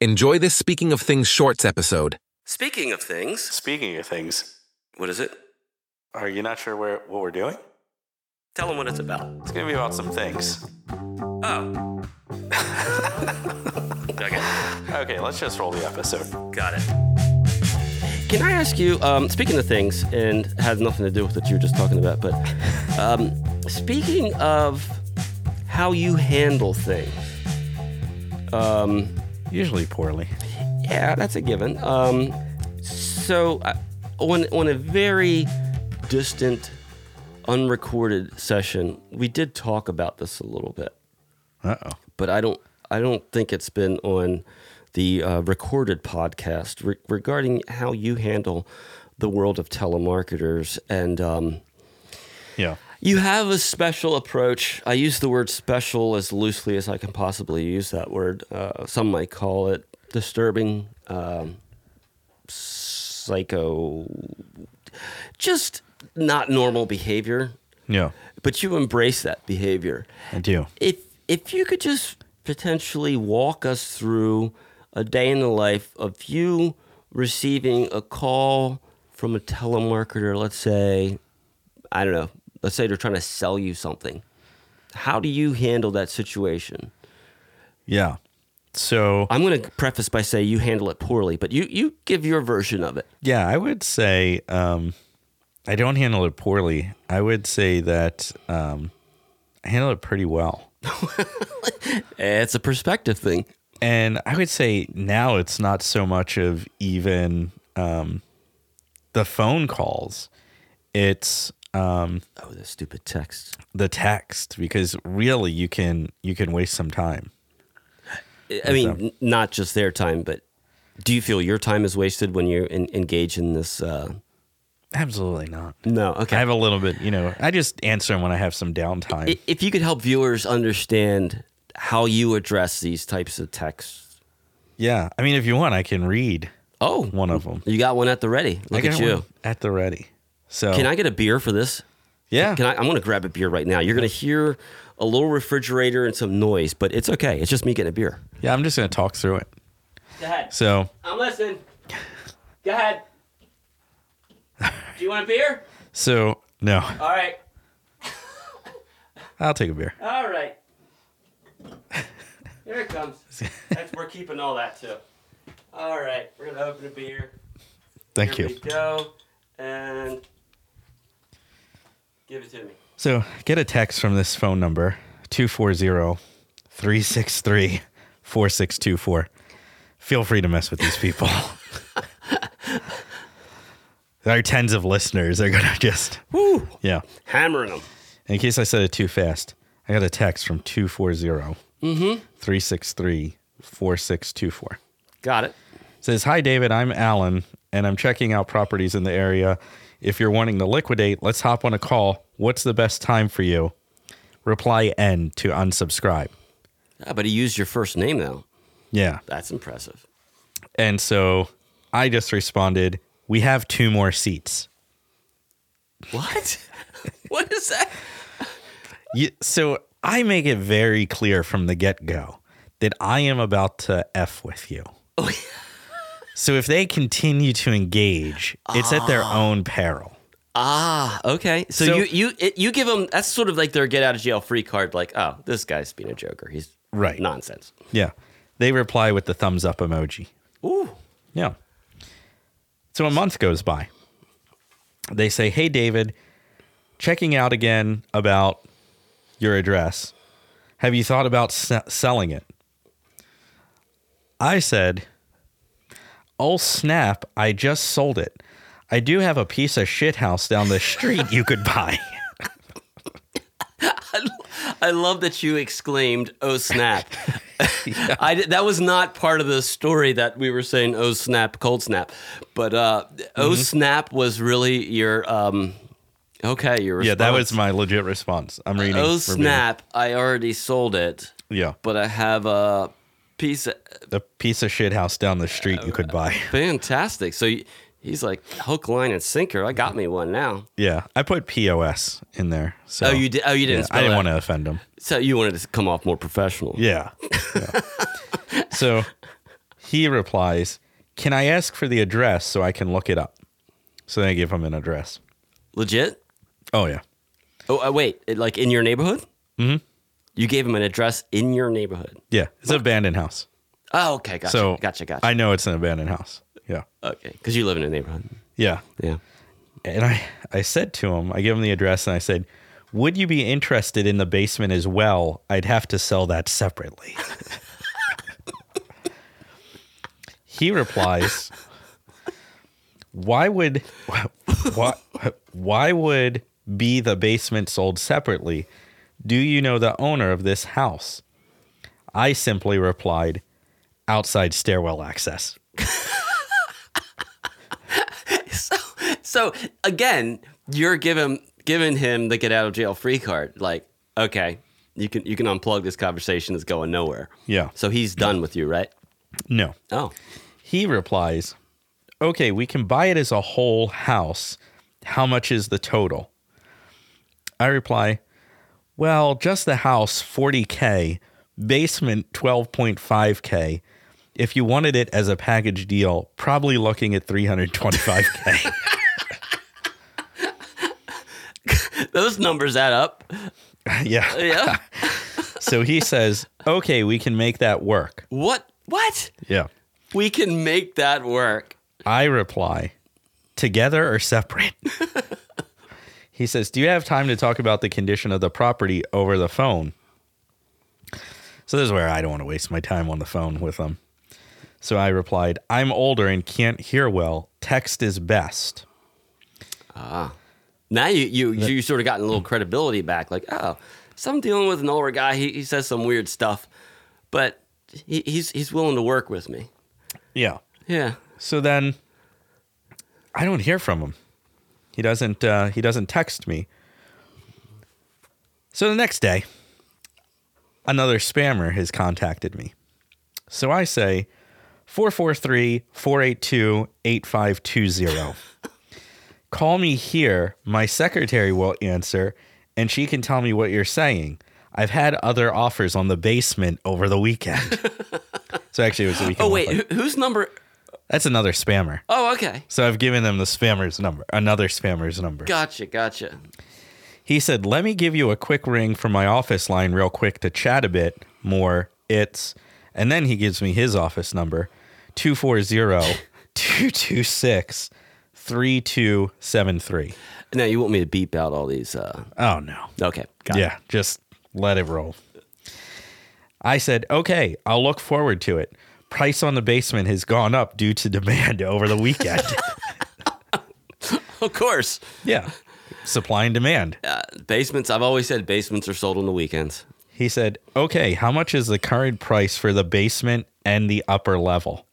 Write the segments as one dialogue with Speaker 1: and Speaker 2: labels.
Speaker 1: Enjoy this Speaking of Things Shorts episode.
Speaker 2: Speaking of things,
Speaker 3: Speaking of things,
Speaker 2: what is it?
Speaker 3: are you not sure where what we're doing?
Speaker 2: Tell them what it's about.
Speaker 3: It's gonna be about some things.
Speaker 2: Oh. okay,
Speaker 3: Okay, let's just roll the episode.
Speaker 2: got it. Can I ask you, um, speaking of things, and has nothing to do with what you were just talking about, but um, speaking of how you handle things, um,
Speaker 3: Usually poorly.
Speaker 2: Yeah, that's a given. Um, so, uh, on on a very distant, unrecorded session, we did talk about this a little bit,
Speaker 3: Uh oh.
Speaker 2: but I don't I don't think it's been on the uh, recorded podcast re- regarding how you handle the world of telemarketers and. Um,
Speaker 3: Yeah.
Speaker 2: you have a special approach. I use the word special as loosely as I can possibly use that word. Uh, some might call it disturbing, um, psycho, just not normal behavior.
Speaker 3: Yeah.
Speaker 2: But you embrace that behavior.
Speaker 3: I do.
Speaker 2: If if you could just potentially walk us through a day in the life of you receiving a call from a telemarketer, let's say, I don't know, let's say they're trying to sell you something. How do you handle that situation?
Speaker 3: Yeah. So
Speaker 2: I'm going to preface by saying you handle it poorly, but you you give your version of it.
Speaker 3: yeah, I would say um, I don't handle it poorly. I would say that um, I handle it pretty well.
Speaker 2: It's a perspective thing.
Speaker 3: and I would say now it's not so much of even um, the phone calls; it's um,
Speaker 2: Oh, the stupid text.
Speaker 3: the text because really you can you can waste some time.
Speaker 2: I mean, n- not just their time, but do you feel your time is wasted when you en- engage in this? Uh,
Speaker 3: Absolutely not.
Speaker 2: no,
Speaker 3: I
Speaker 2: okay.
Speaker 3: have a little bit, you know. I just answer 'em when I have some downtime.
Speaker 2: I- if you could help viewers understand how you address these types of texts.
Speaker 3: yeah, I mean, if you want, I can read
Speaker 2: Oh,
Speaker 3: one of them.
Speaker 2: you got one at the ready. Look at you.
Speaker 3: at the ready. So
Speaker 2: Can I get a beer for this?
Speaker 3: Yeah,
Speaker 2: Can I? I'm going to grab a beer right now. You're going to hear a little refrigerator and some noise, but it's okay. It's just me getting a beer.
Speaker 3: yeah. I'm just gonna talk through it.
Speaker 2: Go ahead.
Speaker 3: So
Speaker 2: I'm listening. Go ahead. Do you want a beer?
Speaker 3: so no,
Speaker 2: All right.
Speaker 3: I'll take a beer.
Speaker 2: All right. Here it comes. That's, we're keeping all that too. All right, we're gonna open a beer.
Speaker 3: Thank
Speaker 2: Here
Speaker 3: you.
Speaker 2: we go, and give it to me.
Speaker 3: So get a text from this phone number 240 363 4624. Feel free to mess with these people. Our tens of listeners are going to just,
Speaker 2: Woo!
Speaker 3: yeah.
Speaker 2: Hammering them.
Speaker 3: In case I said it too fast, I got a text from 240 363 4624.
Speaker 2: Got it.
Speaker 3: Says, Hi, David. I'm Alan, and I'm checking out properties in the area. If you're wanting to liquidate, let's hop on a call. What's the best time for you? Reply N to unsubscribe.
Speaker 2: Yeah, Ah, but he used your first name though.
Speaker 3: Yeah.
Speaker 2: That's impressive.
Speaker 3: And so I just responded, We have two more seats.
Speaker 2: What? what is that?
Speaker 3: You, so I make it very clear from the get go that I am about to F with you.
Speaker 2: Oh, yeah.
Speaker 3: So if they continue to engage, it's at their own peril.
Speaker 2: Ah, okay. So,
Speaker 3: So-
Speaker 2: you you it, you give them that's sort of like their get out of jail free card. Like, oh, this guy's being a joker. He's
Speaker 3: Right.
Speaker 2: nonsense.
Speaker 3: Yeah. They reply with the thumbs up emoji.
Speaker 2: Ooh.
Speaker 3: Yeah. So a month goes by. They say, Hey, David, checking out again about your address. Have you thought about se- selling it? I said, Oh, snap. I just sold it. I do have a piece of shit house down the street you could buy.
Speaker 2: I love that you exclaimed, "Oh snap!" I did- that was not part of the story that we were saying. Oh snap, cold snap, but uh, oh
Speaker 3: Mm-hmm.
Speaker 2: snap was really your um, okay. Your
Speaker 3: Yeah, that was
Speaker 2: response.
Speaker 3: my legit response. I'm reading.
Speaker 2: oh
Speaker 3: verbatim.
Speaker 2: snap. I already sold it,
Speaker 3: Yeah.
Speaker 2: but I have a piece. Of,
Speaker 3: A piece of shit house down the street you could buy.
Speaker 2: fantastic. So y- he's like hook, line, and sinker. I got me one now.
Speaker 3: Yeah. I put POS in there. So
Speaker 2: Oh, you did. Oh, you didn't.
Speaker 3: Yeah, I didn't want to offend him.
Speaker 2: So you wanted to come off more professional.
Speaker 3: Yeah. so He replies, Can I ask for the address so I can look it up? So they give him an address.
Speaker 2: Legit?
Speaker 3: Oh, yeah.
Speaker 2: Oh, uh, wait. it- Like in your neighborhood? Mm-hmm. You gave him an address in your neighborhood.
Speaker 3: Yeah. It's an abandoned house.
Speaker 2: Oh, okay. Gotcha.
Speaker 3: So
Speaker 2: gotcha. Gotcha.
Speaker 3: I know it's an abandoned house. Yeah.
Speaker 2: okay. Because you live in a neighborhood.
Speaker 3: Yeah.
Speaker 2: Yeah.
Speaker 3: And I, I said to him, I gave him the address and I said, Would you be interested in the basement as well? I'd have to sell that separately. he replies, Why would why, why would be the basement sold separately? Do you know the owner of this house? I simply replied, outside stairwell access.
Speaker 2: So again, you're giving giving him the get out of jail free card. Like, okay, you can you can unplug this conversation. It's going nowhere.
Speaker 3: Yeah.
Speaker 2: So he's done with you, right?
Speaker 3: No.
Speaker 2: Oh,
Speaker 3: He replies, Okay, we can buy it as a whole house. How much is the total? I reply, Well, just the house, 40K, basement, 12.5K. If you wanted it as a package deal, probably looking at 325K.
Speaker 2: those numbers add up.
Speaker 3: yeah.
Speaker 2: Yeah.
Speaker 3: So he says, Okay, we can make that work.
Speaker 2: what? What?
Speaker 3: Yeah.
Speaker 2: We can make that work.
Speaker 3: I reply, together or separate? he says, Do you have time to talk about the condition of the property over the phone? So this is where I don't want to waste my time on the phone with them. So I replied, I'm older and can't hear well. Text is best.
Speaker 2: Now you you you sort of gotten a little credibility back. Like, oh, so I'm dealing with an older guy. He, he says some weird stuff, but he, he's he's willing to work with me.
Speaker 3: Yeah.
Speaker 2: Yeah.
Speaker 3: So then I don't hear from him. He doesn't uh, he doesn't text me. So the next day, another spammer has contacted me. So I say 443-482-8520. Call me here, my secretary will answer and she can tell me what you're saying. I've had other offers on the basement over the weekend. so actually it was the weekend.
Speaker 2: Oh
Speaker 3: with,
Speaker 2: wait,
Speaker 3: like-
Speaker 2: who, whose number?
Speaker 3: that's another spammer.
Speaker 2: Oh, okay.
Speaker 3: So I've given them the spammer's number, another spammer's number.
Speaker 2: Gotcha. Gotcha.
Speaker 3: He said, Let me give you a quick ring from my office line, real quick, to chat a bit more. It's, and then he gives me his office number 240 226 3273.
Speaker 2: Now you want me to beep out all these? Uh,
Speaker 3: Oh, no.
Speaker 2: okay, got it.
Speaker 3: yeah, just let it roll. I said, okay, I'll look forward to it. Price on the basement has gone up due to demand over the weekend.
Speaker 2: Of course,
Speaker 3: yeah, supply and demand.
Speaker 2: uh, basements. I've always said basements are sold on the weekends.
Speaker 3: He said, "Okay, how much is the current price for the basement and the upper level?"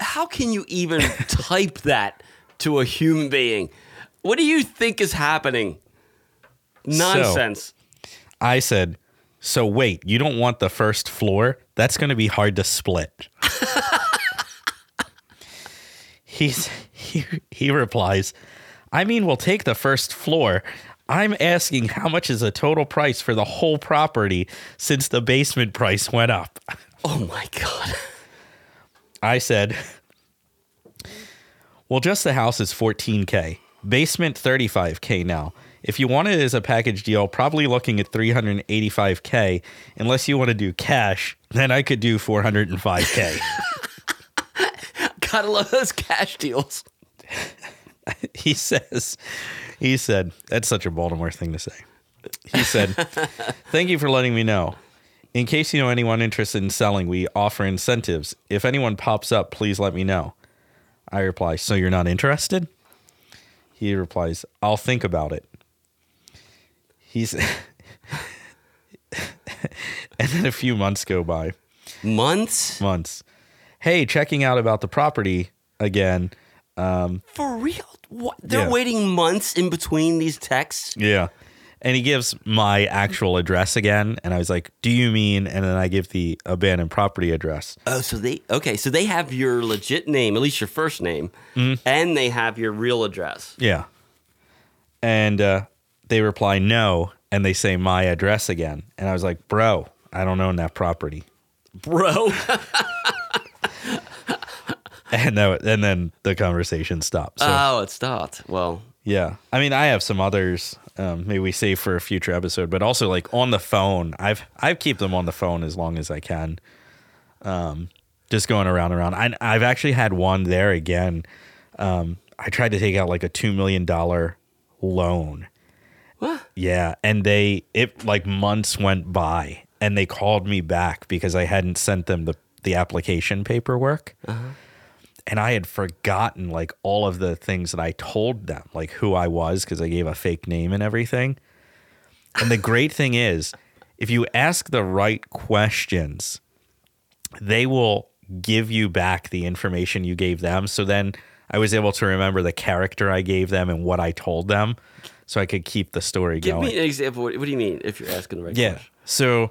Speaker 2: How can you even type that to a human being? What do you think is happening? Nonsense.
Speaker 3: I said, "So wait, you don't want the first floor? That's going to be hard to split." He's he he replies, "I mean, we'll take the first floor." I'm asking how much is the total price for the whole property since the basement price went up.
Speaker 2: Oh my god.
Speaker 3: I said, "Well, just the house is 14k. Basement 35k now. If you want it as a package deal, probably looking at 385k. Unless you want to do cash, then I could do 405k."
Speaker 2: Gotta love those cash deals.
Speaker 3: he says, "He said that's such a Baltimore thing to say." He said, "Thank you for letting me know." In case you know anyone interested in selling, we offer incentives. If anyone pops up, please let me know. I reply, So you're not interested? He replies, I'll think about it. He's. and then a few months go by.
Speaker 2: Months
Speaker 3: Months. Hey, checking out about the property again.
Speaker 2: for real? What? They're
Speaker 3: Yeah.
Speaker 2: waiting months in between these texts.
Speaker 3: Yeah. And he gives my actual address again. And I was like, Do you mean? And then I give the abandoned property address.
Speaker 2: Oh, so they okay? So they have your legit name, at least your first name, and they have your real address.
Speaker 3: Yeah. And uh, they reply no, and they say my address again. And I was like, bro, I don't own that property.
Speaker 2: bro.
Speaker 3: and no, and then the conversation stopped. So
Speaker 2: oh, it stopped. Well,
Speaker 3: yeah, I mean, I have some others. Um, maybe we save for a future episode, but also like on the phone, I've I've keep them on the phone as long as I can. Um, just going around and around. I, I've actually had one there again. Um, I tried to take out like a two million dollar loan.
Speaker 2: What?
Speaker 3: Yeah, and they it like months went by, and they called me back because I hadn't sent them the the application paperwork, and I had forgotten like all of the things that I told them, like who I was, because I gave a fake name and everything. And the great thing is, if you ask the right questions, they will give you back the information you gave them. So then I was able to remember the character I gave them and what I told them so I could keep the story
Speaker 2: give
Speaker 3: going.
Speaker 2: me an example. What, what do you mean if you're asking the right
Speaker 3: yeah.
Speaker 2: question?
Speaker 3: So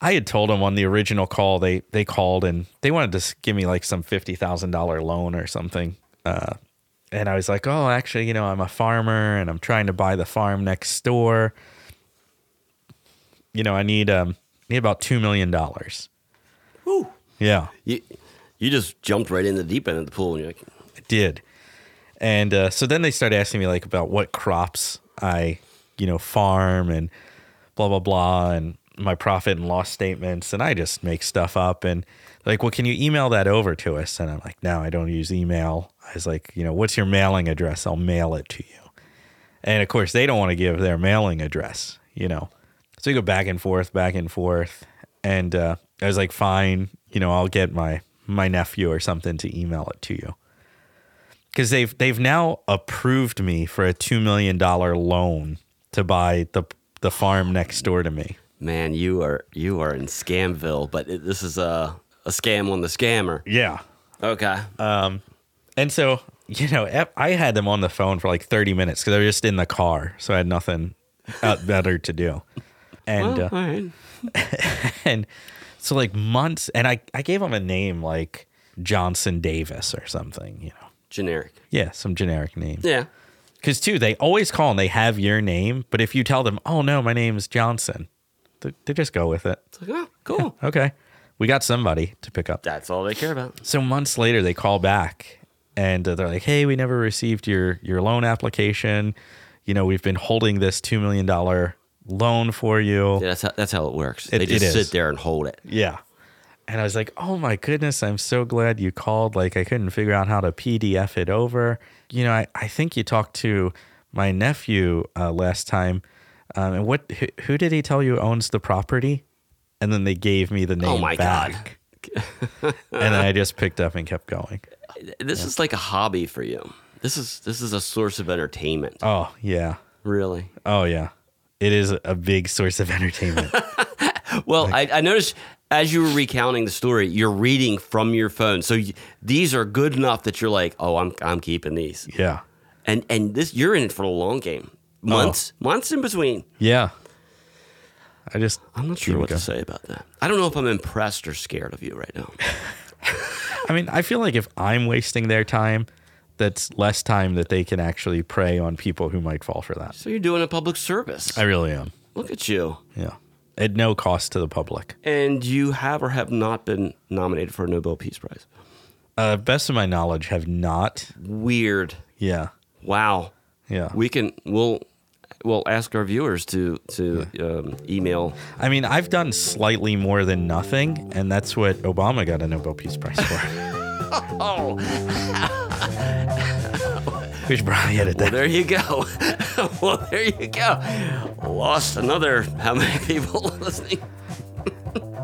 Speaker 3: I had told them on the original call they they called and they wanted to s- give me like some $50,000 loan or something. Uh and I was like, "Oh, actually, you know, I'm a farmer and I'm trying to buy the farm next door. You know, I need um need about 2 million dollars."
Speaker 2: Woo.
Speaker 3: Yeah.
Speaker 2: You, you just jumped right in the deep end of the pool and you're like,
Speaker 3: did. And uh, so then they started asking me like about what crops I, you know, farm and blah blah blah and my profit and loss statements and I just make stuff up and like, well, can you email that over to us? And I'm like, no, I don't use email. I was like, you know, what's your mailing address? I'll mail it to you. And of course, they don't want to give their mailing address, you know. So we go back and forth, back and forth. And uh, I was like, fine, you know, I'll get my my nephew or something to email it to you because they've they've now approved me for a two million dollar loan to buy the the farm next door to me.
Speaker 2: man, you are you are in Scamville, but it, this is a a scam on the scammer.
Speaker 3: Yeah,
Speaker 2: Okay.
Speaker 3: and so you know ep- I had them on the phone for like thirty minutes because I was just in the car, so I had nothing uh, better to do. And
Speaker 2: Well,
Speaker 3: uh,
Speaker 2: all right.
Speaker 3: and so like months, and I I gave them a name like Johnson Davis or something, you know,
Speaker 2: Generic.
Speaker 3: yeah, some generic name.
Speaker 2: Yeah.
Speaker 3: Because too, they always call and they have your name, but if you tell them, "Oh no, my name is Johnson," they, they just go with it.
Speaker 2: It's like, oh, cool.
Speaker 3: Okay, we got somebody to pick up.
Speaker 2: That's all they care about.
Speaker 3: So months later, they call back and uh, they're like, "Hey, we never received your your loan application. You know, we've been holding this two million dollar loan for you."
Speaker 2: Yeah, that's how, that's how it works.
Speaker 3: It-
Speaker 2: they just
Speaker 3: it is.
Speaker 2: sit there and hold it.
Speaker 3: Yeah. And I was like, oh my goodness, I'm so glad you called. Like, I couldn't figure out how to PDF it over. You know, I, I think you talked to my nephew uh, last time. Um, and what, who, who did he tell you owns the property? And then they gave me the name.
Speaker 2: Oh my
Speaker 3: back. God. and then I just picked up and kept going.
Speaker 2: This is like a hobby for you. This is this is a source of entertainment.
Speaker 3: Oh, yeah.
Speaker 2: Uh, Really.
Speaker 3: Oh, yeah. It is a big source of entertainment.
Speaker 2: Well, I, I noticed as you were recounting the story, you're reading from your phone. So y these are good enough that you're like, oh, I'm I'm keeping these.
Speaker 3: yeah.
Speaker 2: And and this you're in it for the long game.
Speaker 3: Oh.
Speaker 2: Months, months in between.
Speaker 3: Yeah. I just,
Speaker 2: I'm not sure
Speaker 3: we
Speaker 2: what
Speaker 3: go.
Speaker 2: to say about that. I don't know if I'm impressed or scared of you right now.
Speaker 3: I mean, I feel like if I'm wasting their time, that's less time that they can actually prey on people who might fall for that.
Speaker 2: So you're doing a public service.
Speaker 3: I really am.
Speaker 2: Look at you.
Speaker 3: Yeah. At no cost to the public.
Speaker 2: And you have or have not been nominated for a Nobel Peace Prize.
Speaker 3: Uh, best of my knowledge, have not.
Speaker 2: Weird.
Speaker 3: Yeah.
Speaker 2: Wow.
Speaker 3: Yeah.
Speaker 2: We can we'll we'll ask our viewers to to um, email
Speaker 3: I mean, I've done slightly more than nothing, and that's what Obama got a Nobel Peace Prize for. we should probably edit
Speaker 2: Well,
Speaker 3: that.
Speaker 2: there you go. well, there you go. Lost another how many people listening?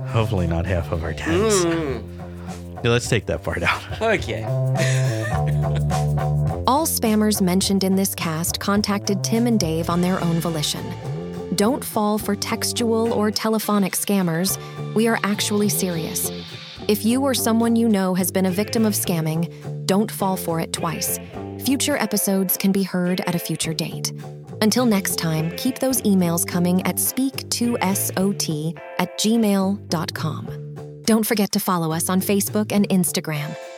Speaker 3: Hopefully, not half of our tags. Yeah, let's take that part out.
Speaker 2: Okay.
Speaker 4: All spammers mentioned in this cast contacted Tim and Dave on their own volition. Don't fall for textual or telephonic scammers. We are actually serious. If you or someone you know has been a victim of scamming, don't fall for it twice. Future episodes can be heard at a future date. Until next time, keep those emails coming at speak2sot at gmail.com. Don't forget to follow us on Facebook and Instagram